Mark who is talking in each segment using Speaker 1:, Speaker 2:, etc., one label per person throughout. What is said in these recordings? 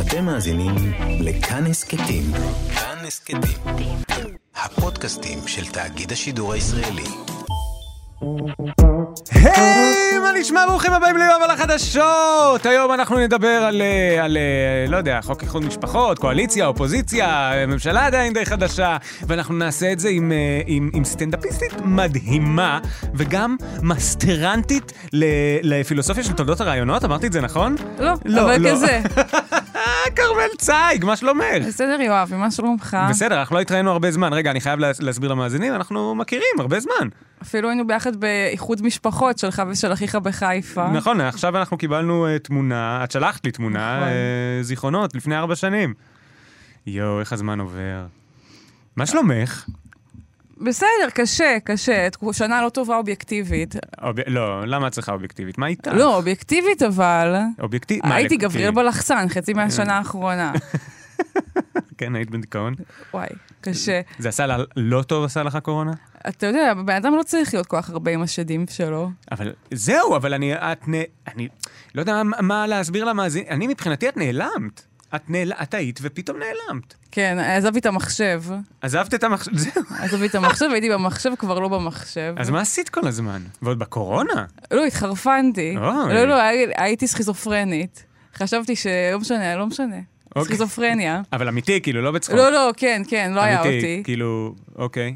Speaker 1: אתם מאזינים לכאן הסכתים. כאן הסכתים. הפודקאסטים של תאגיד השידור הישראלי.
Speaker 2: היי, מה נשמע? ברוכים הבאים ליום על החדשות! היום אנחנו נדבר על, אה, על, אה, לא יודע, חוק איחוד משפחות, קואליציה, אופוזיציה, אה, ממשלה עדיין די חדשה, ואנחנו נעשה את זה עם, אה, עם, עם סטנדאפיסטית מדהימה, וגם מסטרנטית ל, לפילוסופיה של תולדות הרעיונות, אמרתי את זה נכון?
Speaker 3: לא, אבל כזה.
Speaker 2: אה, כרמל צייג, מה שלומך?
Speaker 3: בסדר, יואב, מה שלומך?
Speaker 2: בסדר, אנחנו לא התראינו הרבה זמן. רגע, אני חייב לה- להסביר למאזינים, אנחנו מכירים הרבה זמן.
Speaker 3: אפילו היינו ביחד באיחוד משפחות שלך ושל אחיך בחיפה.
Speaker 2: נכון, עכשיו אנחנו קיבלנו אה, תמונה, את שלחת לי תמונה,
Speaker 3: נכון.
Speaker 2: אה, זיכרונות, לפני ארבע שנים. יואו, איך הזמן עובר. מה שלומך?
Speaker 3: בסדר, קשה, קשה. תקו- שנה לא טובה אובייקטיבית.
Speaker 2: אוב... לא, למה את צריכה אובייקטיבית? מה איתך?
Speaker 3: לא, אובייקטיבית אבל.
Speaker 2: אובייקטיבית?
Speaker 3: הייתי גבריאל בלחסן,
Speaker 2: אה.
Speaker 3: חצי מהשנה האחרונה.
Speaker 2: כן, היית בדיכאון.
Speaker 3: וואי, קשה.
Speaker 2: זה עשה לה לא טוב, עשה לך קורונה?
Speaker 3: אתה יודע, בן אדם לא צריך להיות כל כך הרבה עם השדים שלו.
Speaker 2: אבל זהו, אבל אני... את נ... אני לא יודע מה, מה להסביר למאזין. אני מבחינתי, את נעלמת. את, נעל... את היית ופתאום נעלמת.
Speaker 3: כן, עזבתי את המחשב.
Speaker 2: עזבת את המחשב, זהו.
Speaker 3: עזבתי את המחשב, הייתי במחשב, כבר לא במחשב.
Speaker 2: אז מה עשית כל הזמן? ועוד בקורונה?
Speaker 3: לא, התחרפנתי.
Speaker 2: אוי.
Speaker 3: לא, לא, הי- הייתי סכיזופרנית. חשבתי ש... לא משנה, לא משנה.
Speaker 2: אוקיי.
Speaker 3: סכיזופרניה.
Speaker 2: אבל אמיתי, כאילו, לא בצחוק.
Speaker 3: לא, לא, כן, כן, לא היה
Speaker 2: אמיתי,
Speaker 3: אותי.
Speaker 2: כאילו, אוקיי.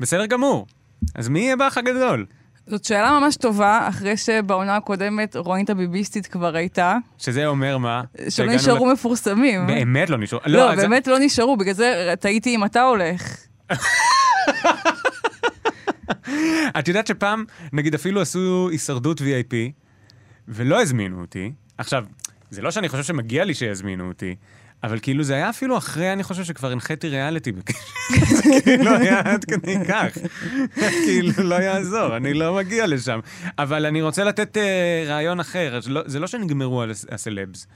Speaker 2: בסדר גמור. אז מי יהיה באח הגדול?
Speaker 3: זאת שאלה ממש טובה, אחרי שבעונה הקודמת רונית הביביסטית כבר הייתה,
Speaker 2: שזה אומר מה?
Speaker 3: שלא
Speaker 2: שהגענו
Speaker 3: נשארו
Speaker 2: ל-
Speaker 3: מפורסמים.
Speaker 2: באמת לא נשארו.
Speaker 3: לא,
Speaker 2: אז-
Speaker 3: באמת לא נשארו, בגלל זה תהיתי אם אתה הולך.
Speaker 2: את יודעת שפעם, נגיד אפילו עשו הישרדות VIP, ולא הזמינו אותי. עכשיו, זה לא שאני חושב שמגיע לי שיזמינו אותי, אבל כאילו זה היה אפילו אחרי, אני חושב שכבר הנחיתי ריאליטי בקשר. זה כאילו היה עד כדי כך. כאילו, לא יעזור, אני לא מגיע לשם. אבל אני רוצה לתת uh, רעיון אחר. אז לא, זה לא שנגמרו הס- הסלבס,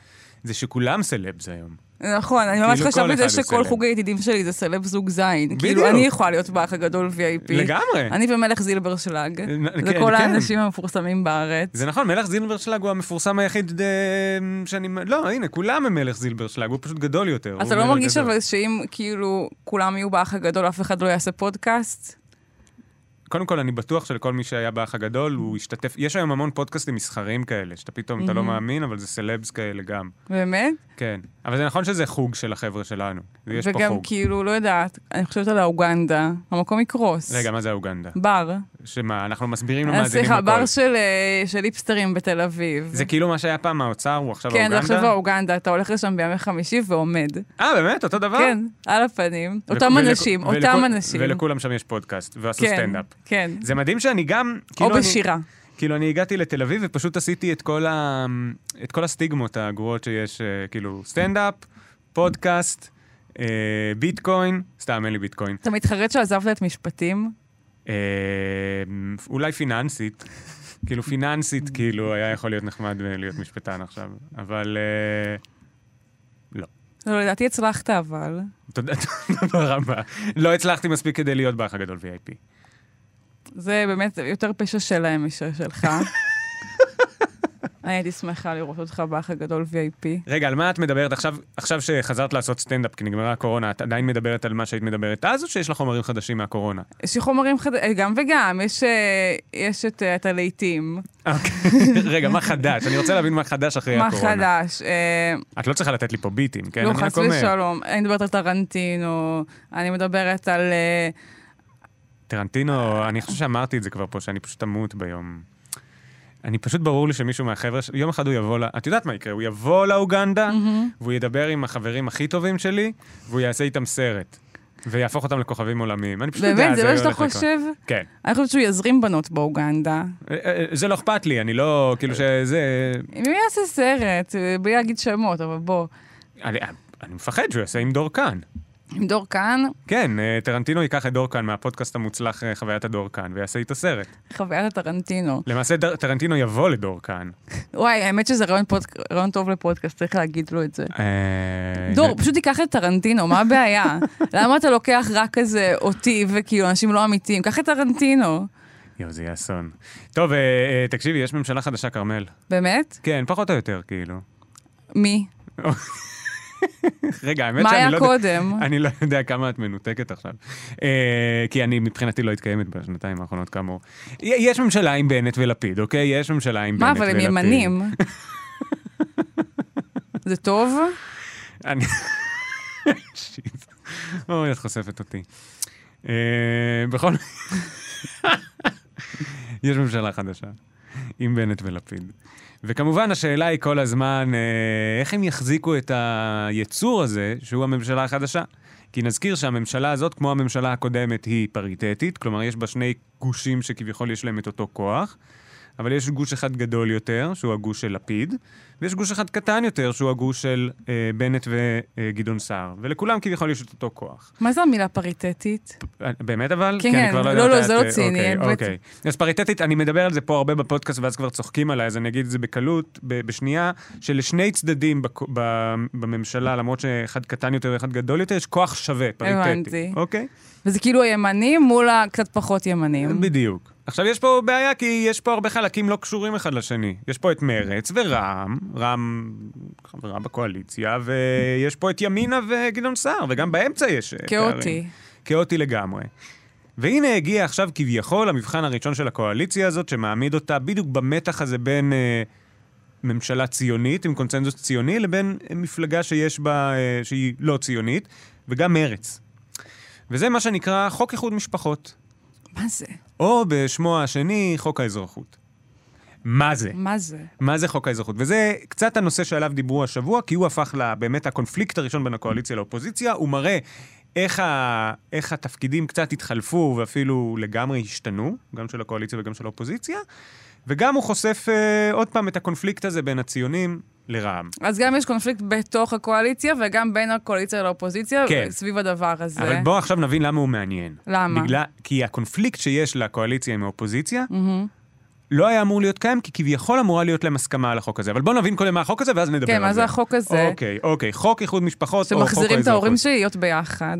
Speaker 2: זה שכולם סלבס היום.
Speaker 3: נכון, אני ממש
Speaker 2: כאילו, כל
Speaker 3: חשבתי
Speaker 2: אחד
Speaker 3: זה
Speaker 2: הוא
Speaker 3: שכל
Speaker 2: סלב.
Speaker 3: חוגי ידידים שלי זה סלב זוג זין.
Speaker 2: בדיוק.
Speaker 3: כאילו, אני יכולה להיות באח הגדול VIP.
Speaker 2: לגמרי.
Speaker 3: אני ומלך זילברשלג.
Speaker 2: נ-
Speaker 3: זה
Speaker 2: כן,
Speaker 3: כל
Speaker 2: כן.
Speaker 3: האנשים המפורסמים בארץ.
Speaker 2: זה נכון, מלך זילברשלג הוא המפורסם היחיד אה, שאני... לא, הנה, כולם הם מלך זילברשלג, הוא פשוט גדול יותר. הוא
Speaker 3: אתה לא
Speaker 2: מלך
Speaker 3: מרגיש
Speaker 2: גדול.
Speaker 3: אבל שאם כאילו כולם יהיו באח הגדול, אף אחד לא יעשה פודקאסט?
Speaker 2: קודם כל, אני בטוח שלכל מי שהיה באח הגדול, הוא השתתף... יש היום המון פודקאסטים מסחרים כאלה, שאתה פתאום, אתה לא מאמין, אבל זה סלבס כאלה גם.
Speaker 3: באמת?
Speaker 2: כן. אבל זה נכון שזה חוג של החבר'ה שלנו. יש פה
Speaker 3: וגם
Speaker 2: חוג.
Speaker 3: כאילו, לא יודעת, אני חושבת על האוגנדה, המקום יקרוס.
Speaker 2: רגע, לא מה זה אוגנדה?
Speaker 3: בר.
Speaker 2: שמה, אנחנו מסבירים
Speaker 3: אה,
Speaker 2: למאזינים
Speaker 3: סליחה,
Speaker 2: הכל.
Speaker 3: בר של אה, של היפסטרים בתל אביב.
Speaker 2: זה כאילו מה שהיה פעם האוצר, הוא עכשיו
Speaker 3: כן, זה
Speaker 2: האוגנדה?
Speaker 3: עכשיו האוגנדה, אתה הולך לשם בימי חמישי ועומד.
Speaker 2: אה, באמת? אותו דבר?
Speaker 3: כן, על הפנים.
Speaker 2: ולכ-
Speaker 3: אותם
Speaker 2: ולכ-
Speaker 3: אנשים,
Speaker 2: ולכ-
Speaker 3: אותם אנשים.
Speaker 2: ולכולם שם יש פודקאסט, ועשו
Speaker 3: כן,
Speaker 2: סטנדאפ.
Speaker 3: כן.
Speaker 2: זה מדהים שאני גם...
Speaker 3: או
Speaker 2: כאילו אני-
Speaker 3: בשירה.
Speaker 2: כאילו, אני הגעתי לתל אביב ופשוט עשיתי את כל, ה... את כל הסטיגמות הגרועות שיש, אה, כאילו, סטנדאפ, פודקאסט, אה, ביטקוין, סתם, אין לי ביטקוין,
Speaker 3: אתה מתחרט שעזבת את משפטים?
Speaker 2: אה, אולי פיננסית, כאילו, פיננסית, כאילו, היה יכול להיות נחמד אה, להיות משפטן עכשיו, אבל... אה,
Speaker 3: לא, לדעתי הצלחת אבל.
Speaker 2: תודה תודה רבה. לא הצלחתי מספיק כדי להיות באח הגדול VIP.
Speaker 3: זה באמת יותר פשע שלהם מאשר שלך. אני הייתי שמחה לראות אותך באח הגדול VIP.
Speaker 2: רגע, על מה את מדברת עכשיו, עכשיו שחזרת לעשות סטנדאפ כי נגמרה הקורונה, את עדיין מדברת על מה שהיית מדברת אז, או שיש לך חומרים חדשים מהקורונה?
Speaker 3: יש לי חומרים חדשים, גם וגם, יש, אה, יש את, אה, את הלהיטים.
Speaker 2: אוקיי. רגע, מה חדש? אני רוצה להבין מה חדש אחרי
Speaker 3: מה
Speaker 2: הקורונה.
Speaker 3: חדש? אה,
Speaker 2: את לא צריכה לתת לי פה ביטים, כן?
Speaker 3: לא,
Speaker 2: אני
Speaker 3: חס
Speaker 2: רק אומר.
Speaker 3: ושלום. אני מדברת על טרנטינו, אני מדברת על... אה,
Speaker 2: טרנטינו, אני חושב שאמרתי את זה כבר פה, שאני פשוט אמות ביום. אני פשוט ברור לי שמישהו מהחבר'ה, ש- יום אחד הוא יבוא ל... את יודעת מה יקרה, הוא יבוא לאוגנדה, והוא ידבר עם החברים הכי טובים שלי, והוא יעשה איתם סרט. ויהפוך אותם לכוכבים עולמיים. אני פשוט יודע,
Speaker 3: באמת, זה לא שאתה
Speaker 2: הולך לקרות.
Speaker 3: חושב?
Speaker 2: כן.
Speaker 3: אני חושבת שהוא יזרים בנות באוגנדה.
Speaker 2: אה, אה, זה לא אכפת לי, אני לא...
Speaker 3: אה.
Speaker 2: כאילו שזה...
Speaker 3: מי יעשה סרט? אה, בלי להגיד שמות, אבל בוא.
Speaker 2: אני אה, אני מפחד שהוא יעשה עם דורקן.
Speaker 3: עם דור כאן,
Speaker 2: כן, אה, טרנטינו ייקח את דורקן מהפודקאסט המוצלח אה, חוויית הדורקן ויעשה איתו סרט.
Speaker 3: חוויית הטרנטינו.
Speaker 2: למעשה דר- טרנטינו יבוא לדורקן.
Speaker 3: וואי, האמת שזה רעיון פודק- רעיון טוב לפודקאסט, צריך להגיד לו את זה.
Speaker 2: אה,
Speaker 3: דור, פשוט תיקח את טרנטינו, מה הבעיה? למה אתה לוקח רק כזה אותי וכאילו אנשים לא אמיתיים? קח את טרנטינו.
Speaker 2: יואו, זה יהיה אסון. טוב, אה, אה, תקשיבי, יש ממשלה חדשה, כרמל.
Speaker 3: באמת?
Speaker 2: כן, פחות או יותר, כאילו.
Speaker 3: מי?
Speaker 2: רגע, האמת
Speaker 3: מה
Speaker 2: שאני
Speaker 3: היה
Speaker 2: לא יודע-
Speaker 3: קודם?
Speaker 2: אני לא יודע כמה את מנותקת עכשיו. אה, כי אני מבחינתי לא התקיימת בשנתיים האחרונות, כאמור. י- יש ממשלה עם בנט ולפיד, אוקיי? יש ממשלה עם בנט
Speaker 3: מה,
Speaker 2: ולפיד.
Speaker 3: אבל הם ימנים. זה טוב?
Speaker 2: אני... שיט. אוי, את חושפת אותי. אה, בכל... יש ממשלה חדשה, עם בנט ולפיד. וכמובן, השאלה היא כל הזמן, אה, איך הם יחזיקו את היצור הזה, שהוא הממשלה החדשה? כי נזכיר שהממשלה הזאת, כמו הממשלה הקודמת, היא פריטטית, כלומר, יש בה שני גושים שכביכול יש להם את אותו כוח, אבל יש גוש אחד גדול יותר, שהוא הגוש של לפיד, ויש גוש אחד קטן יותר, שהוא הגוש של אה, בנט וגדעון סער, ולכולם כביכול יש את אותו כוח. אה,
Speaker 3: מה זה המילה פריטטית?
Speaker 2: באמת אבל?
Speaker 3: כן,
Speaker 2: כי אני כבר
Speaker 3: לא,
Speaker 2: יודע
Speaker 3: לא,
Speaker 2: מתי
Speaker 3: זה
Speaker 2: את-
Speaker 3: לא ציני,
Speaker 2: אוקיי,
Speaker 3: באמת.
Speaker 2: אוקיי. אז פריטטית, אני מדבר על זה פה הרבה בפודקאסט, ואז כבר צוחקים עליי, אז אני אגיד את זה בקלות, ב- בשנייה, שלשני צדדים בק- ב- בממשלה, למרות שאחד קטן יותר ואחד גדול יותר, יש כוח שווה, פריטטי.
Speaker 3: הבנתי.
Speaker 2: אוקיי?
Speaker 3: וזה כאילו הימנים מול הקצת פחות ימנים.
Speaker 2: בדיוק. עכשיו, יש פה בעיה, כי יש פה הרבה חלקים לא קשורים אחד לשני. יש פה את מרץ ורע"מ, רע"מ חברה בקואליציה, ויש פה את ימינה וגדעון סער, וגם באמצע יש... אה,
Speaker 3: כאוטי.
Speaker 2: פערים. כאוטי לגמרי. והנה הגיע עכשיו כביכול המבחן הראשון של הקואליציה הזאת, שמעמיד אותה בדיוק במתח הזה בין אה, ממשלה ציונית עם קונצנזוס ציוני, לבין אה, מפלגה שיש בה, אה, שהיא לא ציונית, וגם מרץ. וזה מה שנקרא חוק איחוד משפחות,
Speaker 3: מה זה?
Speaker 2: או בשמו השני, חוק האזרחות. מה זה?
Speaker 3: מה זה?
Speaker 2: מה זה חוק האזרחות? וזה קצת הנושא שעליו דיברו השבוע, כי הוא הפך ל- באמת הקונפליקט הראשון בין הקואליציה לאופוזיציה. הוא מראה איך, ה, איך התפקידים קצת התחלפו ואפילו לגמרי השתנו, גם של הקואליציה וגם של האופוזיציה, וגם הוא חושף אה, עוד פעם את הקונפליקט הזה בין הציונים לרע"מ.
Speaker 3: אז גם יש קונפליקט בתוך הקואליציה, וגם בין הקואליציה לאופוזיציה,
Speaker 2: כן.
Speaker 3: סביב הדבר הזה.
Speaker 2: אבל בואו עכשיו נבין למה הוא מעניין.
Speaker 3: למה?
Speaker 2: בגלל, כי הקונפליקט שיש לקואליציה עם האופוזיציה, לא היה אמור להיות קיים, כי כביכול אמורה להיות להם הסכמה על החוק הזה. אבל בואו נבין קודם מה החוק הזה, ואז נדבר
Speaker 3: כן,
Speaker 2: על זה.
Speaker 3: מה זה החוק הזה?
Speaker 2: אוקיי, אוקיי. חוק איחוד משפחות, או חוק האזרחות.
Speaker 3: שמחזירים את ההורים שלי להיות ביחד.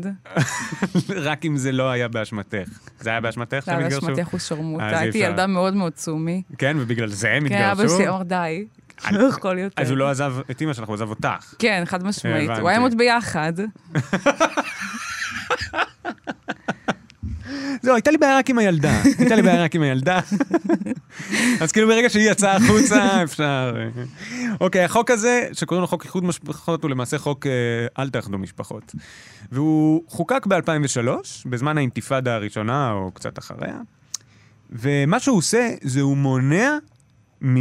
Speaker 2: רק אם זה לא היה באשמתך. זה היה באשמתך
Speaker 3: לא,
Speaker 2: שהם
Speaker 3: לא,
Speaker 2: התגרשו?
Speaker 3: אשמתך הוא שרמוטה.
Speaker 2: אז אי
Speaker 3: הייתי
Speaker 2: אפשר.
Speaker 3: ילדה מאוד מאוד צומי.
Speaker 2: כן, ובגלל זה הם
Speaker 3: כן, אבא
Speaker 2: התגרשו?
Speaker 3: שלי אמר די.
Speaker 2: אני-
Speaker 3: לא יכול יותר.
Speaker 2: אז הוא לא עזב את אימא שלך, הוא עזב אותך.
Speaker 3: כן, חד משמעית.
Speaker 2: הבנתי.
Speaker 3: הוא היה עוד ביחד.
Speaker 2: זהו, הייתה לי בעיה רק עם הילדה. הייתה לי בעיה רק עם הילדה. אז כאילו ברגע שהיא יצאה החוצה, אפשר... אוקיי, החוק הזה, שקוראים לו חוק איחוד משפחות, הוא למעשה חוק אה, אל תאחדו משפחות. והוא חוקק ב-2003, בזמן האינתיפאדה הראשונה, או קצת אחריה. ומה שהוא עושה, זה הוא מונע מ...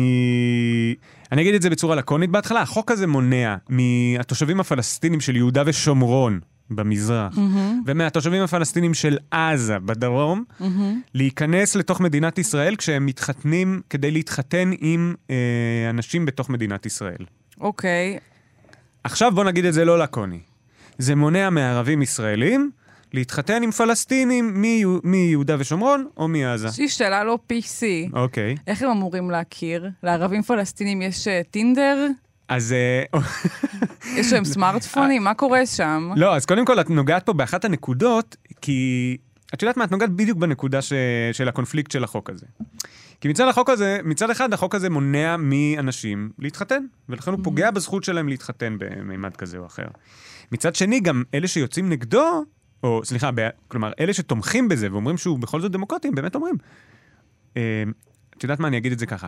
Speaker 2: אני אגיד את זה בצורה לקונית בהתחלה, החוק הזה מונע מהתושבים הפלסטינים של יהודה ושומרון במזרח, ומהתושבים הפלסטינים של עזה בדרום, להיכנס לתוך מדינת ישראל כשהם מתחתנים כדי להתחתן עם אה, אנשים בתוך מדינת ישראל.
Speaker 3: אוקיי.
Speaker 2: עכשיו בוא נגיד את זה לא לקוני. זה מונע מערבים ישראלים להתחתן עם פלסטינים מיהו- מיהודה ושומרון או מעזה.
Speaker 3: יש לי שאלה לא PC.
Speaker 2: אוקיי.
Speaker 3: איך הם אמורים להכיר? לערבים פלסטינים יש אה, טינדר?
Speaker 2: אז אה,
Speaker 3: יש להם סמארטפונים? מה קורה שם?
Speaker 2: לא, אז קודם כל את נוגעת פה באחת הנקודות, כי את יודעת מה, את נוגעת בדיוק בנקודה ש... של הקונפליקט של החוק הזה. כי מצד החוק הזה, מצד אחד החוק הזה מונע מאנשים להתחתן, ולכן הוא פוגע בזכות שלהם להתחתן במימד כזה או אחר. מצד שני, גם אלה שיוצאים נגדו, או סליחה, ב... כלומר, אלה שתומכים בזה ואומרים שהוא בכל זאת דמוקרטי, הם באמת אומרים. אה, את יודעת מה, אני אגיד את זה ככה.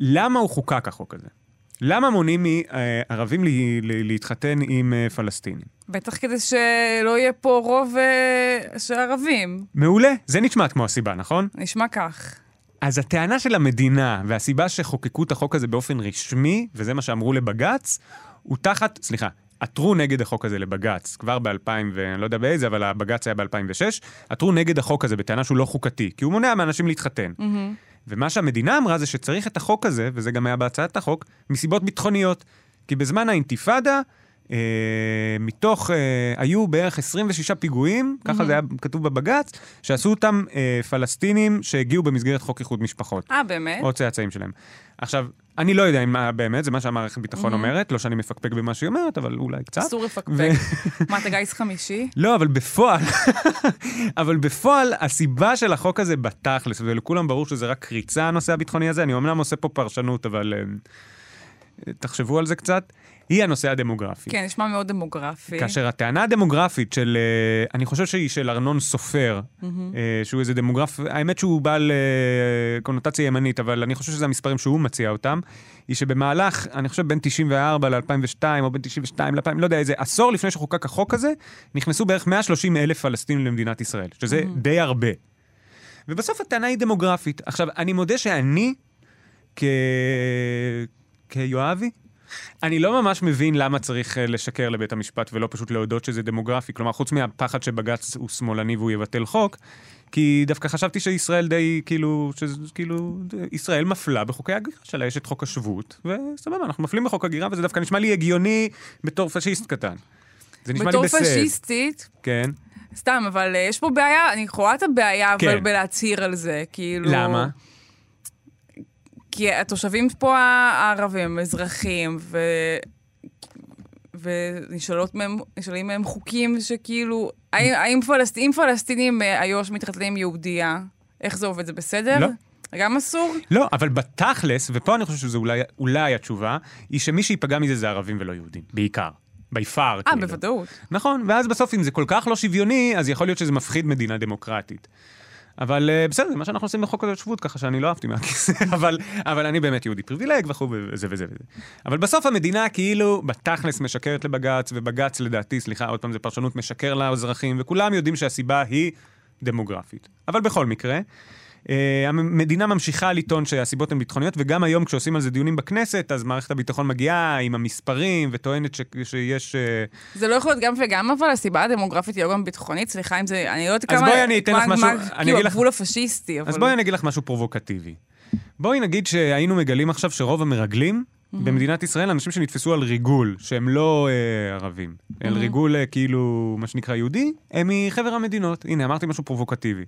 Speaker 2: למה הוא חוקק החוק הזה? למה מונעים מערבים ל... ל... להתחתן עם אה, פלסטינים?
Speaker 3: בטח כדי שלא יהיה פה רוב אה, של ערבים.
Speaker 2: מעולה, זה נשמע כמו הסיבה, נכון?
Speaker 3: נשמע כך.
Speaker 2: אז הטענה של המדינה, והסיבה שחוקקו את החוק הזה באופן רשמי, וזה מה שאמרו לבג"ץ, הוא תחת, סליחה, עתרו נגד החוק הזה לבג"ץ, כבר ב-2000, ואני לא יודע באיזה, אבל הבג"ץ היה ב-2006, עתרו נגד החוק הזה בטענה שהוא לא חוקתי, כי הוא מונע מאנשים להתחתן. ומה שהמדינה אמרה זה שצריך את החוק הזה, וזה גם היה בהצעת החוק, מסיבות ביטחוניות. כי בזמן האינתיפאדה, אה, מתוך, אה, היו בערך 26 פיגועים, ככה זה היה כתוב בבג"ץ, שעשו אותם אה, פלסטינים שהגיעו במסגרת חוק איחוד משפחות.
Speaker 3: אה, באמת?
Speaker 2: או צאצאים שלהם. עכשיו, אני לא יודע אם מה באמת, זה מה שהמערכת ביטחון אומרת, לא שאני מפקפק במה שהיא אומרת, אבל אולי קצת.
Speaker 3: אסור לפקפק. מה, אתה גיס חמישי?
Speaker 2: לא, אבל בפועל, אבל בפועל, הסיבה של החוק הזה בתכלס, ולכולם ברור שזה רק קריצה, הנושא הביטחוני הזה, אני אמנם עושה פה פרשנות, אבל אה, תחשבו על זה קצת. היא הנושא הדמוגרפי.
Speaker 3: כן, נשמע מאוד דמוגרפי.
Speaker 2: כאשר הטענה הדמוגרפית של, אה, אני חושב שהיא של ארנון סופר, אה, שהוא איזה דמוגרף, האמת שהוא בעל אה, קונוטציה ימנית, אבל אני חושב שזה המספרים שהוא מציע אותם, היא שבמהלך, אני חושב בין 94 ל-2002, או בין 92 ל-2000, לא יודע, איזה עשור לפני שחוקק החוק הזה, נכנסו בערך 130 אלף פלסטינים למדינת ישראל, שזה די הרבה. ובסוף הטענה היא דמוגרפית. עכשיו, אני מודה שאני, כ... כיואבי, אני לא ממש מבין למה צריך אה, לשקר לבית המשפט ולא פשוט להודות שזה דמוגרפי. כלומר, חוץ מהפחד שבג"ץ הוא שמאלני והוא יבטל חוק, כי דווקא חשבתי שישראל די, כאילו, שזה, כאילו, ישראל מפלה בחוקי הגירה שלה, יש את חוק השבות, וסבבה, אנחנו מפלים בחוק הגירה, וזה דווקא נשמע לי הגיוני בתור פשיסט קטן. זה נשמע לי
Speaker 3: בתור
Speaker 2: בסדר.
Speaker 3: פשיסטית,
Speaker 2: כן.
Speaker 3: סתם, אבל אה, יש פה בעיה, אני רואה את הבעיה, אבל
Speaker 2: כן.
Speaker 3: בלהצהיר על זה, כאילו...
Speaker 2: למה?
Speaker 3: כי התושבים פה הערבים, אזרחים, ו... ונשאלות מהם, נשאלים מהם חוקים שכאילו, האם, האם פלסט, אם פלסטינים מאיו"ש מתחתנים עם יהודייה, איך זה עובד? זה בסדר?
Speaker 2: לא.
Speaker 3: גם אסור? אה,
Speaker 2: לא, אבל בתכלס, ופה אני חושב שזו אולי, אולי התשובה, היא שמי שייפגע מזה זה ערבים ולא יהודים, בעיקר. by far,
Speaker 3: אה,
Speaker 2: כאילו.
Speaker 3: בוודאות.
Speaker 2: נכון, ואז בסוף אם זה כל כך לא שוויוני, אז יכול להיות שזה מפחיד מדינה דמוקרטית. אבל אה, בסדר, זה מה שאנחנו עושים בחוק השבות, ככה שאני לא אהבתי מהכיסא, אבל, אבל אני באמת יהודי פריבילג וכו' וזה וזה וזה. אבל בסוף המדינה כאילו בתכלס משקרת לבג"ץ, ובג"ץ לדעתי, סליחה, עוד פעם, זה פרשנות משקר לאזרחים, וכולם יודעים שהסיבה היא דמוגרפית. אבל בכל מקרה, אה, המדינה ממשיכה לטעון שהסיבות הן ביטחוניות, וגם היום כשעושים על זה דיונים בכנסת, אז מערכת הביטחון מגיעה עם המספרים, וטוענת ש, שיש... אה,
Speaker 3: זה לא יכול להיות גם וגם, אבל הסיבה הדמוגרפית היא לא גם ביטחונית, סליחה אם זה, אני לא יודעת
Speaker 2: אז
Speaker 3: כמה...
Speaker 2: בואי אני אתן
Speaker 3: מה-
Speaker 2: לך משהו-
Speaker 3: מה-
Speaker 2: אני
Speaker 3: כאילו
Speaker 2: אגיד לך-
Speaker 3: הגבול הפשיסטי, אבל...
Speaker 2: אז בואי אני אגיד לך משהו פרובוקטיבי. בואי נגיד שהיינו מגלים עכשיו שרוב המרגלים במדינת ישראל, אנשים שנתפסו על ריגול, שהם לא אה, ערבים, על ריגול אה, כאילו, מה שנקרא יהודי, הם מחבר המדינות. הנה, אמרתי משהו פרובוקטיבי.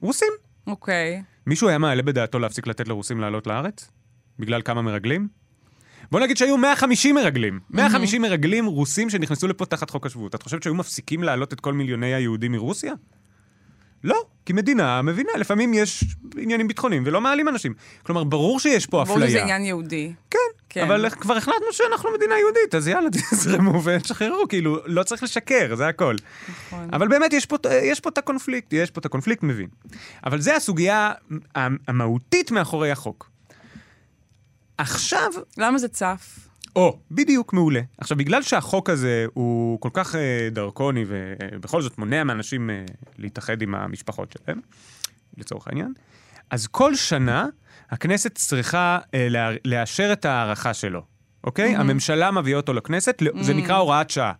Speaker 2: רוסים.
Speaker 3: אוקיי.
Speaker 2: מישהו היה מעלה בדעתו להפסיק לתת לרוסים לעלות לארץ? בגלל כמה מרגלים? בוא נגיד שהיו 150 מרגלים.
Speaker 3: Mm-hmm.
Speaker 2: 150 מרגלים רוסים שנכנסו לפה תחת חוק השבות. את חושבת שהיו מפסיקים להעלות את כל מיליוני היהודים מרוסיה? לא, כי מדינה מבינה, לפעמים יש עניינים ביטחוניים ולא מעלים אנשים. כלומר, ברור שיש פה אפליה.
Speaker 3: ברור שזה עניין יהודי.
Speaker 2: כן,
Speaker 3: כן.
Speaker 2: אבל כבר החלטנו שאנחנו מדינה יהודית, אז יאללה, תזרמו ותשחררו, כאילו, לא צריך לשקר, זה הכל.
Speaker 3: נכון.
Speaker 2: אבל באמת, יש פה, אה, יש פה את הקונפליקט, יש פה את הקונפליקט, מבין. אבל זה הסוגיה המ- המהותית מאחורי החוק. עכשיו,
Speaker 3: למה זה צף?
Speaker 2: או, בדיוק, מעולה. עכשיו, בגלל שהחוק הזה הוא כל כך אה, דרקוני ובכל זאת מונע מאנשים אה, להתאחד עם המשפחות שלהם, לצורך העניין, אז כל שנה הכנסת צריכה אה, לא- לאשר את ההארכה שלו, אוקיי? Mm-hmm. הממשלה מביאה אותו לכנסת, mm-hmm. זה נקרא הוראת שעה.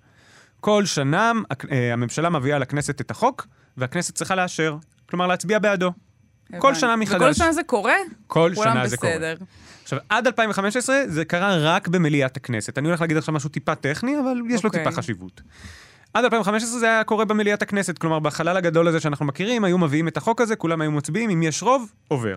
Speaker 2: כל שנה הכ- אה, הממשלה מביאה לכנסת את החוק, והכנסת צריכה לאשר. כלומר, להצביע בעדו. כל
Speaker 3: הבנתי.
Speaker 2: שנה מחדש.
Speaker 3: וכל שנה זה קורה?
Speaker 2: כל
Speaker 3: כולם
Speaker 2: שנה זה קורה.
Speaker 3: בסדר.
Speaker 2: עכשיו, עד 2015 זה קרה רק במליאת הכנסת. אני הולך להגיד עכשיו משהו טיפה טכני, אבל יש לו
Speaker 3: אוקיי.
Speaker 2: טיפה חשיבות. עד 2015 זה היה קורה במליאת הכנסת, כלומר בחלל הגדול הזה שאנחנו מכירים, היו מביאים את החוק הזה, כולם היו מצביעים, אם יש רוב, עובר.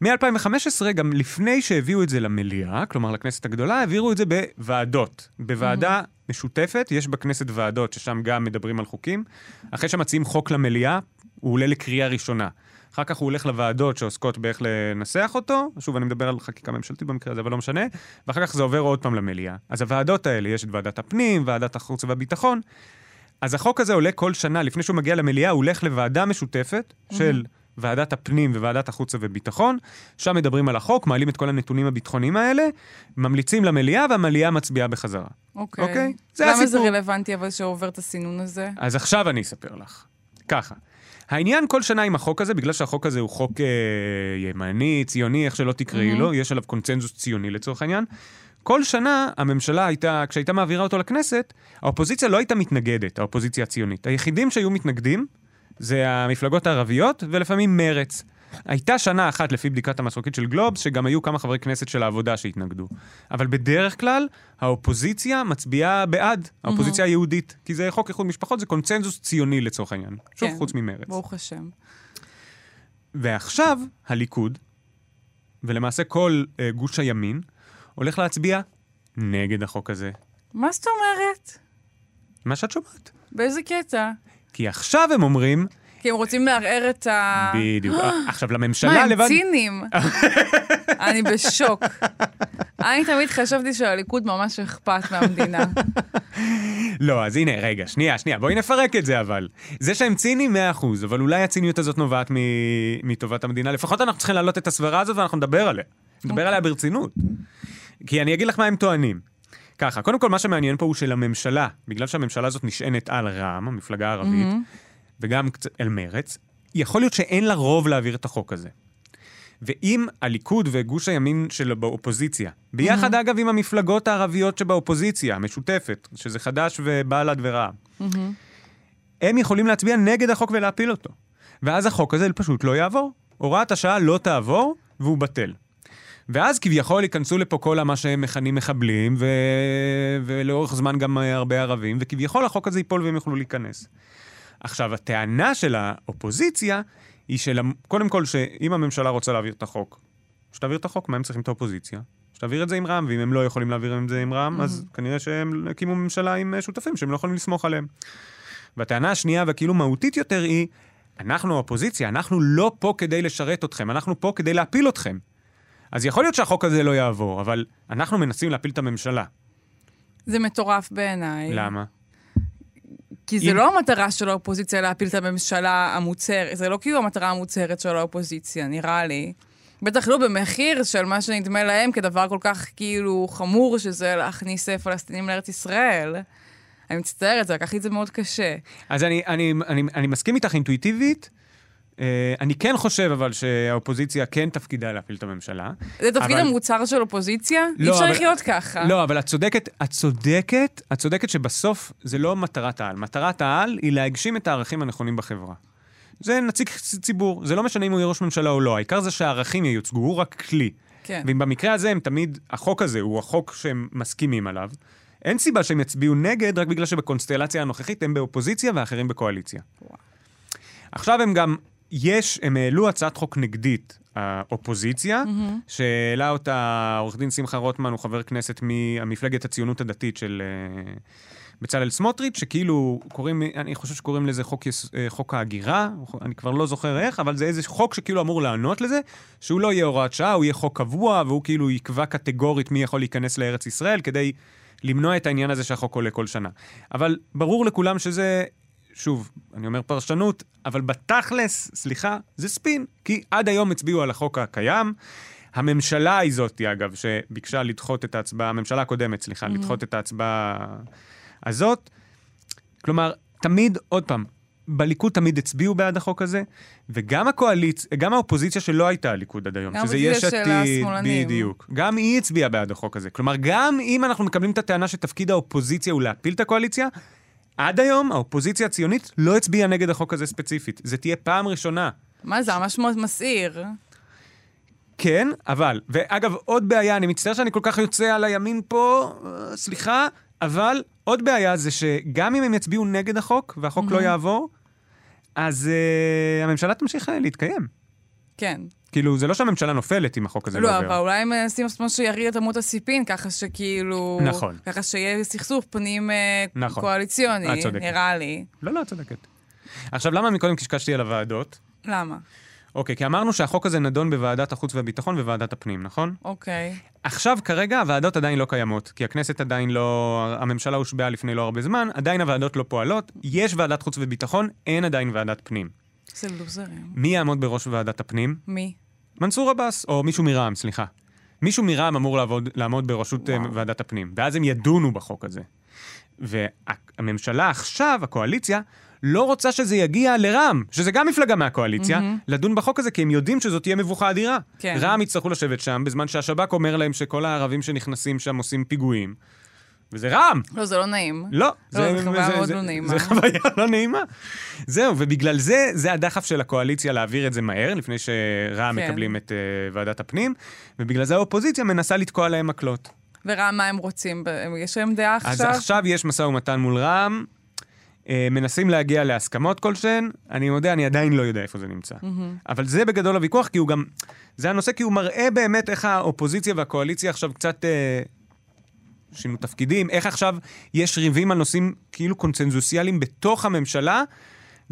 Speaker 2: מ-2015, גם לפני שהביאו את זה למליאה, כלומר לכנסת הגדולה, העבירו את זה בוועדות. בוועדה משותפת, יש בכנסת ועדות ששם גם מדברים על חוקים. אחרי שמציעים חוק למליאה, הוא עולה לקריאה ראשונה. אחר כך הוא הולך לוועדות שעוסקות באיך לנסח אותו, שוב, אני מדבר על חקיקה ממשלתית במקרה הזה, אבל לא משנה, ואחר כך זה עובר עוד פעם למליאה. אז הוועדות האלה, יש את ועדת הפנים, ועדת החוץ והביטחון, אז החוק הזה עולה כל שנה, לפני שהוא מגיע למליאה, הוא הולך לוועדה משותפת של ועדת הפנים וועדת החוץ וביטחון, שם מדברים על החוק, מעלים את כל הנתונים הביטחוניים האלה, ממליצים למליאה, והמליאה מצביעה בחזרה.
Speaker 3: אוקיי.
Speaker 2: אוקיי, זה
Speaker 3: למה זה
Speaker 2: הסיפור.
Speaker 3: רלוונטי אבל שעובר את הסינון הזה?
Speaker 2: אז עכשיו אני אספר לך. ככה. העניין כל שנה עם החוק הזה, בגלל שהחוק הזה הוא חוק אה, ימני, ציוני, איך שלא תקראי לו, יש עליו קונצנזוס ציוני לצורך העניין, כל שנה הממשלה הייתה, כשהייתה מעבירה אותו לכנסת, האופוזיציה לא הייתה מתנגדת, האופוזיציה הציונית. היחידים שהיו מתנגדים זה המפלגות הערביות ולפעמים מרץ. הייתה שנה אחת לפי בדיקת המסרוקית של גלובס, שגם היו כמה חברי כנסת של העבודה שהתנגדו. אבל בדרך כלל, האופוזיציה מצביעה בעד,
Speaker 3: Mhm.
Speaker 2: האופוזיציה היהודית. כי זה חוק איחוד משפחות, זה קונצנזוס ציוני לצורך העניין. שוב,
Speaker 3: כן.
Speaker 2: חוץ ממרץ.
Speaker 3: ברוך השם.
Speaker 2: ועכשיו הליכוד, ולמעשה כל אה, גוש הימין, הולך להצביע נגד החוק הזה.
Speaker 3: מה זאת אומרת?
Speaker 2: מה שאת שומעת.
Speaker 3: באיזה קטע?
Speaker 2: כי עכשיו הם אומרים,
Speaker 3: כי הם רוצים לערער את ה...
Speaker 2: בדיוק, עכשיו
Speaker 3: אה. מה,
Speaker 2: לממשלה
Speaker 3: הם
Speaker 2: לבד...
Speaker 3: ציניים? אני בשוק. אני תמיד חשבתי שלליכוד ממש אכפת מהמדינה.
Speaker 2: לא, אז הנה, רגע, שנייה, שנייה, בואי נפרק את זה אבל. זה שהם ציניים, 100%, אבל אולי הציניות הזאת נובעת מ... מטובת המדינה. לפחות אנחנו צריכים להעלות את הסברה הזאת ואנחנו נדבר עליה. נדבר עליה ברצינות. כי אני אגיד לך מה הם טוענים. ככה, קודם כל, מה שמעניין פה הוא שלממשלה, בגלל שהממשלה הזאת נשענת על רע"מ, המפלגה הערבית, וגם קצת אל מרץ, יכול להיות שאין לה רוב להעביר את החוק הזה. ואם הליכוד וגוש הימין של באופוזיציה, ביחד אגב עם המפלגות הערביות שבאופוזיציה, המשותפת, שזה חד"ש ובל"ד ורע"מ, הם יכולים להצביע נגד החוק ולהפיל אותו. ואז החוק הזה פשוט לא יעבור. הוראת השעה לא תעבור, והוא בטל. ואז כביכול ייכנסו לפה כל מה שהם מכנים מחבלים, ו... ולאורך זמן גם אה, הרבה ערבים, וכביכול החוק הזה ייפול והם יוכלו להיכנס. עכשיו, הטענה של האופוזיציה היא של... קודם כל, שאם הממשלה רוצה להעביר את החוק, שתעביר את החוק, מה הם צריכים את האופוזיציה? שתעביר את זה עם רע"מ, ואם הם לא יכולים להעביר את זה עם רע"מ, אז כנראה שהם הקימו ממשלה עם אה, שותפים שהם לא יכולים לסמוך עליהם. והטענה השנייה, והכאילו מהותית יותר, היא, אנחנו האופוזיציה, אנחנו לא פה כדי לשרת אתכם, אנחנו פה כדי להפיל אתכם. אז יכול להיות שהחוק הזה לא יעבור, אבל אנחנו מנסים להפיל את הממשלה.
Speaker 3: זה מטורף בעיניי.
Speaker 2: למה?
Speaker 3: כי זה
Speaker 2: אם-
Speaker 3: לא המטרה של האופוזיציה להפיל את הממשלה המוצהרת, זה לא כאילו המטרה המוצהרת של האופוזיציה, נראה לי. בטח לא במחיר של מה שנדמה להם כדבר כל כך כאילו חמור, שזה להכניס אה, פלסטינים לארץ ישראל. אני מצטערת, זה לקחתי את זה מאוד קשה.
Speaker 2: אז אני, אני, אני, אני מסכים איתך אינטואיטיבית. אה, אני כן חושב, אבל, שהאופוזיציה כן תפקידה להפיל את הממשלה.
Speaker 3: זה תפקיד
Speaker 2: אבל-
Speaker 3: המוצר של אופוזיציה?
Speaker 2: לא,
Speaker 3: אי אפשר
Speaker 2: אבל-
Speaker 3: לחיות ככה.
Speaker 2: לא, אבל את צודקת, את צודקת, את צודקת שבסוף זה לא מטרת העל. מטרת העל היא להגשים את הערכים הנכונים בחברה. זה נציג צ- ציבור, זה לא משנה אם הוא יהיה ראש ממשלה או לא, העיקר זה שהערכים ייוצגו, הוא רק כלי.
Speaker 3: כן.
Speaker 2: ואם במקרה הזה הם תמיד, החוק הזה הוא החוק שהם מסכימים עליו, אין סיבה שהם יצביעו נגד רק בגלל שבקונסטלציה הנוכחית הם באופוזיציה והאחרים בקואליציה.
Speaker 3: וואו.
Speaker 2: עכשיו הם גם, יש, הם העלו הצעת חוק נגדית, האופוזיציה, שהעלה אותה עורך דין שמחה רוטמן, הוא חבר כנסת ממפלגת הציונות הדתית של אה, בצלאל סמוטריץ', שכאילו קוראים, אני חושב שקוראים לזה חוק, יס, אה, חוק ההגירה, אני כבר לא זוכר איך, אבל זה איזה חוק שכאילו אמור לענות לזה, שהוא לא יהיה הוראת שעה, הוא יהיה חוק קבוע, והוא כאילו יקבע קטגורית מי יכול להיכנס לארץ ישראל כדי למנוע את העניין הזה שהחוק עולה כל שנה. אבל ברור לכולם שזה, שוב, אני אומר פרשנות, אבל בתכלס, סליחה, זה ספין, כי עד היום הצביעו על החוק הקיים. הממשלה היא זאתי, אגב, שביקשה לדחות את ההצבעה, הממשלה הקודמת, סליחה, לדחות את ההצבעה הזאת. כלומר, תמיד, עוד פעם, בליכוד תמיד הצביעו בעד החוק הזה, וגם הקואליציה, גם האופוזיציה שלא הייתה הליכוד עד היום,
Speaker 3: גם
Speaker 2: שזה יש
Speaker 3: האופוזיציה של
Speaker 2: עתיד,
Speaker 3: השמאלנים.
Speaker 2: בדיוק. גם היא הצביעה בעד החוק הזה. כלומר, גם אם אנחנו מקבלים את הטענה שתפקיד האופוזיציה הוא להפיל את הקואליציה, עד היום האופוזיציה הציונית לא הצביעה נגד החוק הזה ספציפית. זה תהיה פעם ראשונה.
Speaker 3: מה זה, ממש מאוד מסעיר.
Speaker 2: כן, אבל, ואגב, עוד בעיה, אני מצטער שאני כל כך יוצא על הימין פה, אה, סליחה, אבל עוד בעיה זה שגם אם הם יצביעו נגד החוק והחוק לא יעבור, אז uh, הממשלה תמשיך אה, להתקיים.
Speaker 3: כן.
Speaker 2: כאילו, זה לא שהממשלה נופלת אם החוק הזה לא,
Speaker 3: לא,
Speaker 2: עובר.
Speaker 3: אבל אולי הם עושים עצמו שיריד את עמוד הסיפין, ככה שכאילו...
Speaker 2: נכון.
Speaker 3: ככה שיהיה סכסוך פנים אה,
Speaker 2: נכון. את
Speaker 3: קואליציוני,
Speaker 2: צודקת.
Speaker 3: נראה לי.
Speaker 2: לא, לא, את צודקת. עכשיו, למה מקודם קשקשתי על הוועדות?
Speaker 3: למה?
Speaker 2: אוקיי, כי אמרנו שהחוק הזה נדון בוועדת החוץ והביטחון וועדת הפנים, נכון?
Speaker 3: אוקיי.
Speaker 2: עכשיו, כרגע, הוועדות עדיין לא קיימות, כי הכנסת עדיין לא... הממשלה הושבעה לפני לא הרבה זמן, עדיין הוועדות לא פועלות, יש ועדת חוץ וביטחון, אין עדיין ועדת פנים.
Speaker 3: זה לוזרים.
Speaker 2: מי יעמוד בראש ועדת הפנים?
Speaker 3: מי?
Speaker 2: מנסור עבאס, או מישהו מרע"מ, סליחה. מישהו מרע"מ אמור לעבוד, לעמוד בראשות אה,
Speaker 3: וואו.
Speaker 2: ועדת הפנים, ואז הם ידונו בחוק הזה. והממשלה עכשיו, הקואליציה, לא רוצה שזה יגיע לרע"מ, שזה גם מפלגה מהקואליציה, לדון בחוק הזה, כי הם יודעים שזאת תהיה מבוכה אדירה.
Speaker 3: כן.
Speaker 2: רע"מ יצטרכו לשבת שם, בזמן שהשב"כ אומר להם שכל הערבים שנכנסים שם עושים פיגועים. וזה רע"מ!
Speaker 3: לא, זה לא נעים.
Speaker 2: לא,
Speaker 3: זו חוויה מאוד לא נעימה.
Speaker 2: זה חוויה לא נעימה. זהו, ובגלל זה, זה הדחף של הקואליציה להעביר את זה מהר, לפני שרע"מ
Speaker 3: כן.
Speaker 2: מקבלים את uh, ועדת הפנים, ובגלל זה האופוזיציה מנסה לתקוע להם מקלות.
Speaker 3: ורם, מה הם רוצים? ב- יש להם דעה
Speaker 2: אז
Speaker 3: עכשיו?
Speaker 2: עכשיו יש משא ומתן מול רע"מ, אה, מנסים להגיע להסכמות כלשהן, אני מודה, אני עדיין לא יודע איפה זה נמצא. אבל זה בגדול הוויכוח, כי הוא גם, זה הנושא, כי הוא מראה באמת איך האופוזיציה והקואליציה עכשיו קצת אה, שינו תפקידים, איך עכשיו יש ריבים על נושאים כאילו קונצנזוסיאליים בתוך הממשלה.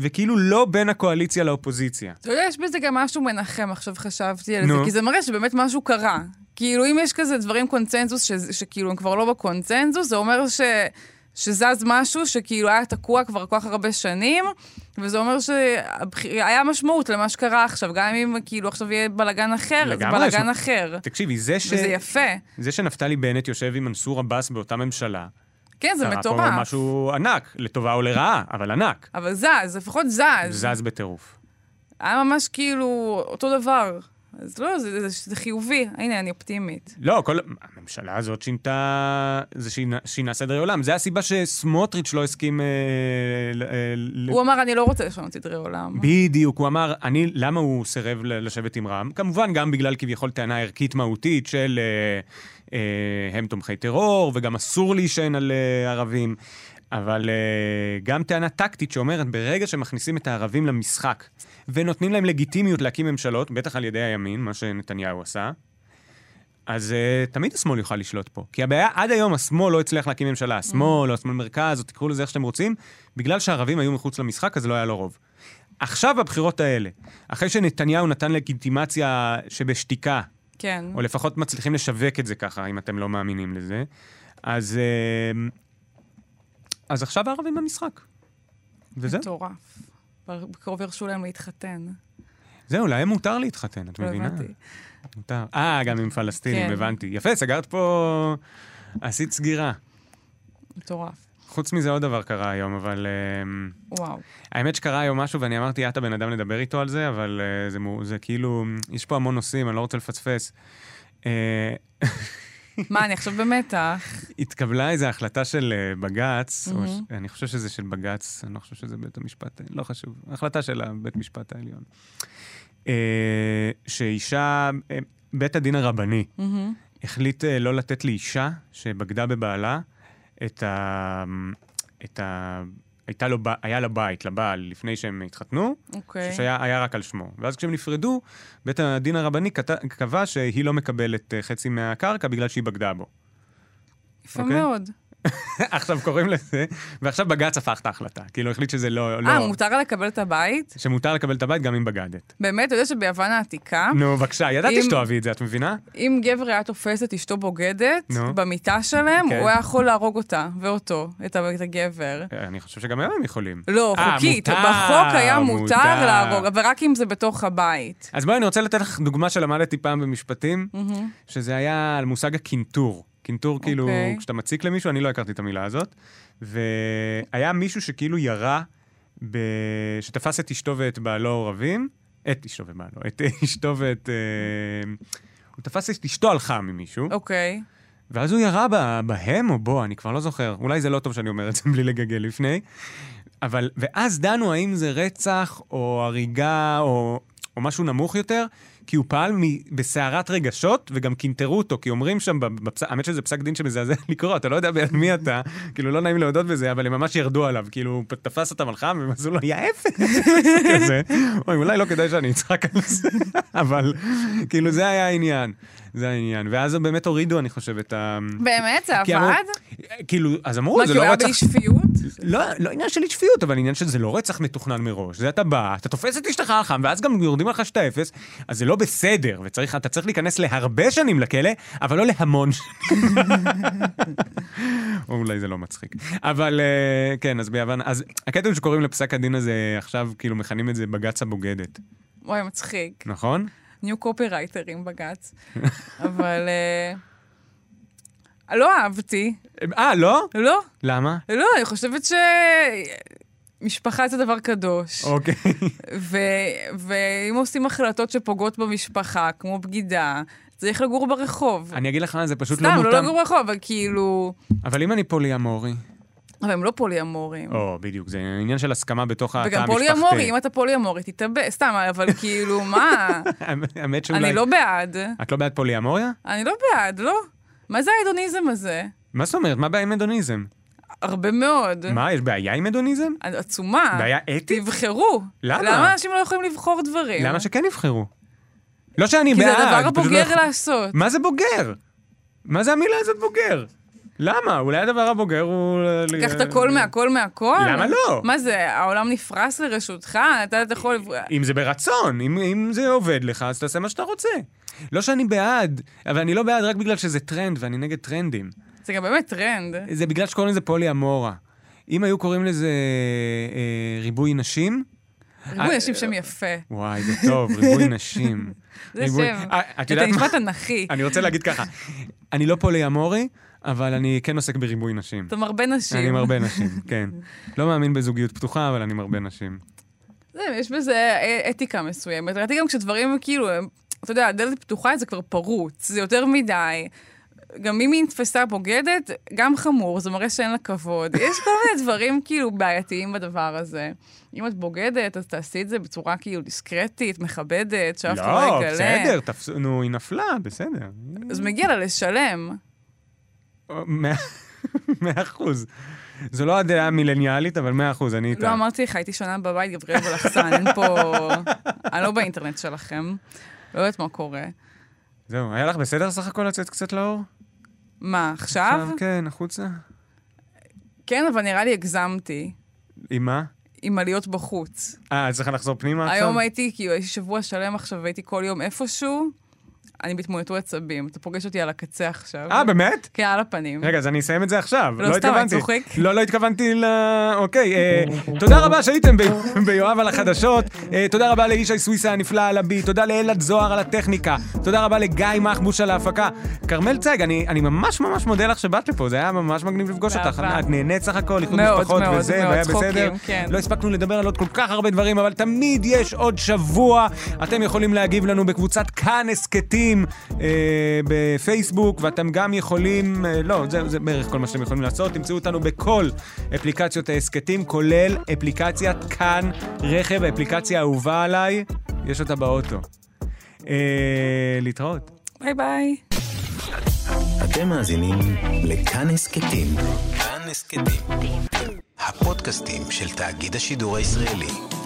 Speaker 2: וכאילו לא בין הקואליציה לאופוזיציה.
Speaker 3: אתה יודע, יש בזה גם משהו מנחם, עכשיו חשבתי על זה,
Speaker 2: נו.
Speaker 3: כי זה מראה שבאמת משהו קרה. כאילו, אם יש כזה דברים קונצנזוס, ש, שכאילו הם כבר לא בקונצנזוס, זה אומר ש, שזז משהו שכאילו היה תקוע כבר כל כך הרבה שנים, וזה אומר שהיה משמעות למה שקרה עכשיו, גם אם כאילו עכשיו יהיה בלאגן אחר, זה
Speaker 2: לגמרי,
Speaker 3: בלאגן
Speaker 2: יש-
Speaker 3: אחר.
Speaker 2: תקשיבי, זה ש...
Speaker 3: וזה יפה.
Speaker 2: זה שנפתלי בנט יושב עם מנסור עבאס באותה ממשלה,
Speaker 3: כן, זה
Speaker 2: קרה פה
Speaker 3: מטורף.
Speaker 2: משהו ענק, לטובה או לרעה, אבל ענק.
Speaker 3: אבל זז, לפחות זז.
Speaker 2: זז בטירוף.
Speaker 3: היה ממש כאילו אותו דבר. אז לא, זה, זה, זה חיובי. הנה, אני אופטימית.
Speaker 2: לא, כל... הממשלה הזאת שינתה... זה שינה, שינה סדרי עולם. זה הסיבה שסמוטריץ' לא הסכים... אה, ל- אה, ל-
Speaker 3: הוא אמר, אני לא רוצה לשנות סדרי עולם.
Speaker 2: בדיוק, הוא אמר, אני, למה הוא סירב ל- לשבת עם רע"מ? כמובן, גם בגלל כביכול טענה ערכית מהותית של אה, אה, הם תומכי טרור, וגם אסור להישען על אה, ערבים, אבל אה, גם טענה טקטית שאומרת, ברגע שמכניסים את הערבים למשחק ונותנים להם לגיטימיות להקים ממשלות, בטח על ידי הימין, מה שנתניהו עשה, אז uh, תמיד השמאל יוכל לשלוט פה. כי הבעיה, עד היום השמאל לא הצליח להקים ממשלה. השמאל, או השמאל מרכז, או תקראו לזה איך שאתם רוצים, בגלל שהערבים היו מחוץ למשחק, אז לא היה לו רוב. עכשיו בבחירות האלה, אחרי שנתניהו נתן לגיטימציה שבשתיקה,
Speaker 3: כן.
Speaker 2: או לפחות מצליחים לשווק את זה ככה, אם אתם לא מאמינים לזה, אז, uh, אז עכשיו הערבים במשחק. וזהו,
Speaker 3: מטורף. בקרוב ירשו להם להתחתן.
Speaker 2: זהו, להם מותר להתחתן, את
Speaker 3: לא
Speaker 2: מבינה?
Speaker 3: הבנתי.
Speaker 2: מותר. אה, גם עם פלסטינים,
Speaker 3: כן.
Speaker 2: הבנתי. יפה, סגרת פה... עשית סגירה.
Speaker 3: מטורף.
Speaker 2: חוץ מזה עוד דבר קרה היום, אבל... אמ,
Speaker 3: וואו.
Speaker 2: האמת שקרה היום משהו, ואני אמרתי, את הבן אדם לדבר איתו על זה, אבל אה, זה, מו- זה כאילו, אמ, יש פה המון נושאים, אני לא רוצה לפספס. אה,
Speaker 3: מה, אני עכשיו במתח.
Speaker 2: התקבלה איזו החלטה של אה, בג"ץ, או ש- אני חושב שזה של בג"ץ, אני לא חושב שזה בית המשפט, לא חשוב, החלטה של בית המשפט העליון. אה, שאישה, אה, בית הדין הרבני
Speaker 3: מהמם.
Speaker 2: החליט אה, לא לתת לאישה שבגדה בבעלה את ה... את ה... הייתה לו, ב- היה לה בית, לבעל, לפני שהם התחתנו,
Speaker 3: אוקיי.
Speaker 2: שהיה היה רק על שמו. ואז כשהם נפרדו, בית הדין הרבני קט- קבע שהיא לא מקבלת אה, חצי מהקרקע בגלל שהיא בגדה בו.
Speaker 3: יפה
Speaker 2: אוקיי.
Speaker 3: מאוד.
Speaker 2: עכשיו קוראים לזה, ועכשיו בג"ץ הפך את ההחלטה. כאילו, החליט שזה לא... לא-
Speaker 3: אה, מותר לה לקבל את הבית?
Speaker 2: שמותר לקבל את הבית גם אם בגדת.
Speaker 3: באמת, אתה יודע שביוון העתיקה,
Speaker 2: נו, בבקשה, ידעתי
Speaker 3: אה? אם-
Speaker 2: שתאהבי את זה, את מבינה?
Speaker 3: אם גבר היה תופס את אשתו בוגדת,
Speaker 2: נו.
Speaker 3: במיטה שלהם,
Speaker 2: כן.
Speaker 3: הוא היה יכול להרוג אותה, ואותו, את ה- את הגבר.
Speaker 2: אה, אני חושב שגם היום הם יכולים.
Speaker 3: לא,
Speaker 2: אה,
Speaker 3: חוקית.
Speaker 2: מותר,
Speaker 3: בחוק היה מותר להרוג, אבל רק אם זה בתוך הבית.
Speaker 2: אז בואי, אני רוצה לתת לך דוגמה שלמדתי פעם במשפטים, שזה היה על מושג הקינטור. קינטור, כאילו,
Speaker 3: אוקיי.
Speaker 2: כשאתה מציק למישהו, אני לא הכרתי את המילה הזאת. והיה מישהו שכאילו ירה, ב... שתפס את אשתו ואת בעלו רבים, את אשתו ובעלו, את אשתו ואת... אה, הוא תפס את אשתו הלכה ממישהו,
Speaker 3: אוקיי.
Speaker 2: ואז הוא ירה בה, בהם או בו, אני כבר לא זוכר. אולי זה לא טוב שאני אומר את זה בלי לגגל לפני. אבל, ואז דנו האם זה רצח או הריגה או, או משהו נמוך יותר, כי הוא פעל מ- בסערת רגשות וגם קינטרו אותו, כי אומרים שם, בפס... האמת שזה פסק דין שמזעזע לקרוא, אתה לא יודע בעד מי אתה, כאילו לא נעים להודות בזה, אבל הם ממש ירדו עליו, כאילו הוא פ- תפס אותם על חם והם עשו לו, יא אפס, כזה. אוי, אולי לא כדאי שאני אצחק על זה, אבל כאילו זה היה העניין, זה העניין. ואז הם באמת הורידו, אני חושב, את ה...
Speaker 3: באמת? זה
Speaker 2: כי אמרו-
Speaker 3: עבד?
Speaker 2: כאילו, אז אמרו,
Speaker 3: מה,
Speaker 2: זה
Speaker 3: כי הוא
Speaker 2: לא
Speaker 3: היה
Speaker 2: רצח
Speaker 3: באי שפיות?
Speaker 2: לא, לא עניין של אי שפיות, אבל עניין שזה לא רצח מתוכנן מראש. זה אתה בא, אתה תופס את אשתך על חם, ואז גם יורדים לך שאתה אפס, אז זה לא בסדר, ואתה צריך להיכנס להרבה שנים לכלא, אבל לא להמון שנים. או אולי זה לא מצחיק. אבל אה, כן, אז ביוון, אז הקטע הוא שקוראים לפסק הדין הזה עכשיו, כאילו מכנים את זה בג"ץ הבוגדת,
Speaker 3: וואי, מצחיק.
Speaker 2: נכון?
Speaker 3: ניו קופירייטרים בג"ץ. אבל... אה, לא אהבתי.
Speaker 2: אה, לא?
Speaker 3: לא,
Speaker 2: למה?
Speaker 3: לא, אני חושבת ש... משפחה זה דבר קדוש,
Speaker 2: אוקיי.
Speaker 3: ו- ואם עושים החלטות שפוגעות במשפחה, כמו בגידה, צריך לגור ברחוב.
Speaker 2: אני אגיד לך מה, זה פשוט לא
Speaker 3: סתם, לא
Speaker 2: מותאם.
Speaker 3: לגור ברחוב, אבל כאילו...
Speaker 2: אבל אם אני פוליאמורי...
Speaker 3: אבל הם לא פוליאמורים.
Speaker 2: או, בדיוק, זה עניין של הסכמה בתוך התא
Speaker 3: וגם
Speaker 2: המשפחתי.
Speaker 3: פוליאמורי, אם אתה פוליאמורי, תתאבד. סתם, אבל כאילו, מה?
Speaker 2: האמת שאולי...
Speaker 3: אני לא בעד.
Speaker 2: את לא בעד פוליאמוריה?
Speaker 3: אני לא בעד, לא. מה זה ההדוניזם הזה?
Speaker 2: מה זאת אומרת? מה הבעיה עם הדוניזם?
Speaker 3: הרבה מאוד.
Speaker 2: מה, יש בעיה עם הדוניזם?
Speaker 3: עצומה.
Speaker 2: בעיה אתית?
Speaker 3: אה. תבחרו.
Speaker 2: למה?
Speaker 3: למה אנשים לא יכולים לבחור דברים?
Speaker 2: למה שכן יבחרו? לא שאני
Speaker 3: כי
Speaker 2: בעד.
Speaker 3: זה הדבר
Speaker 2: פשוט לא
Speaker 3: הבוגר
Speaker 2: יכול-
Speaker 3: לעשות.
Speaker 2: מה זה בוגר? מה זה המילה הזאת בוגר? למה? אולי הדבר הבוגר הוא... ל-
Speaker 3: קח את הכל מהכל מהכל?
Speaker 2: למה לא?
Speaker 3: מה זה, העולם נפרס לרשותך? אתה אתה יכול...
Speaker 2: אם זה ברצון, אם, אם זה עובד לך, אז תעשה מה שאתה רוצה. לא שאני בעד, אבל אני לא בעד רק בגלל שזה טרנד, ואני נגד טרנדים.
Speaker 3: זה גם באמת טרנד.
Speaker 2: זה בגלל שקוראים לזה פולי אמורה. אם היו קוראים לזה אה, ריבוי נשים,
Speaker 3: ריבוי נשים שם יפה.
Speaker 2: וואי, זה טוב, ריבוי נשים.
Speaker 3: זה
Speaker 2: ריבוי-
Speaker 3: שם.
Speaker 2: אה, את
Speaker 3: אתה
Speaker 2: יודעת מה?
Speaker 3: נשמע תנכי.
Speaker 2: אני רוצה להגיד ככה, אני לא פולי אמורי, אבל אני כן עוסק בריבוי נשים.
Speaker 3: אתה מרבה נשים.
Speaker 2: אני מרבה נשים, כן. לא מאמין בזוגיות פתוחה, אבל אני מרבה נשים.
Speaker 3: זה, יש בזה אה, אתיקה מסוימת. ראיתי גם כשדברים כאילו, הם- אתה יודע, הדלת פתוחה זה כבר פרוץ, זה יותר מדי. גם אם היא נתפסה בוגדת, גם חמור, זה מראה שאין לה כבוד. יש כל מיני דברים כאילו בעייתיים בדבר הזה. אם את בוגדת, אז תעשי את זה בצורה כאילו דיסקרטית, מכבדת, שאף אחד לא
Speaker 2: לא,
Speaker 3: יגלה.
Speaker 2: בסדר, תפס- נו, היא נפלה, בסדר.
Speaker 3: אז מגיע לה לשלם.
Speaker 2: מאה מאה אחוז. זו לא הדעה המילניאלית, אבל מאה אחוז, אני איתה.
Speaker 3: לא אמרתי לך, הייתי שונה בבית, גבריאל בלחסן, אין פה... אני לא באינטרנט שלכם. לא יודעת מה קורה.
Speaker 2: זהו, היה לך בסדר סך הכל לצאת קצת לאור?
Speaker 3: מה, עכשיו?
Speaker 2: כן, החוצה.
Speaker 3: כן, אבל נראה לי הגזמתי.
Speaker 2: עם מה?
Speaker 3: עם עליות בחוץ.
Speaker 2: אה, את צריכה לחזור פנימה עכשיו?
Speaker 3: היום הייתי, כאילו, הייתי שבוע שלם עכשיו, הייתי כל יום איפשהו, אני בהתמודדות עצבים. אתה פוגש אותי על הקצה עכשיו.
Speaker 2: אה, באמת?
Speaker 3: כן, על הפנים.
Speaker 2: רגע, אז אני אסיים את זה עכשיו.
Speaker 3: לא, סתם, אני
Speaker 2: התכוונתי.
Speaker 3: צוחק.
Speaker 2: לא, לא התכוונתי ל... אוקיי, אה, תודה רבה שהייתם ב... ביואב על החדשות. אה, תודה רבה לישי סוויסה הנפלא על הביט. תודה לאלעד זוהר על הטכניקה. תודה רבה לגיא מחבוש על ההפקה. כרמל צייג, אני, אני ממש ממש מודה לך שבאת לפה, זה היה ממש מגניב לפגוש אותך.
Speaker 3: באהבה.
Speaker 2: את נהנית סך הכל, איחוד
Speaker 3: מאוד,
Speaker 2: לא, משפחות
Speaker 3: מאוד,
Speaker 2: וזה,
Speaker 3: מאוד,
Speaker 2: והיה
Speaker 3: צחוקים,
Speaker 2: בסדר.
Speaker 3: כן.
Speaker 2: לא הספקנו לדבר על עוד כל כך הרבה דברים, אבל תמיד יש עוד שבוע. אתם יכולים להגיב לנו בקבוצת כאן הסכתים אה, בפייסבוק, ואתם גם יכולים, אה, לא, זה, זה בערך כל מה שאתם יכולים לעשות. תמצאו אותנו בכל אפליקציות ההסכתים, כולל אפליקציית כאן רכב, האפליקציה האהובה עליי, יש אותה באוטו. אה, להתראות.
Speaker 3: ביי ביי.
Speaker 1: אתם מאזינים לכאן הסכתים. כאן הסכתים. הפודקאסטים של תאגיד השידור הישראלי.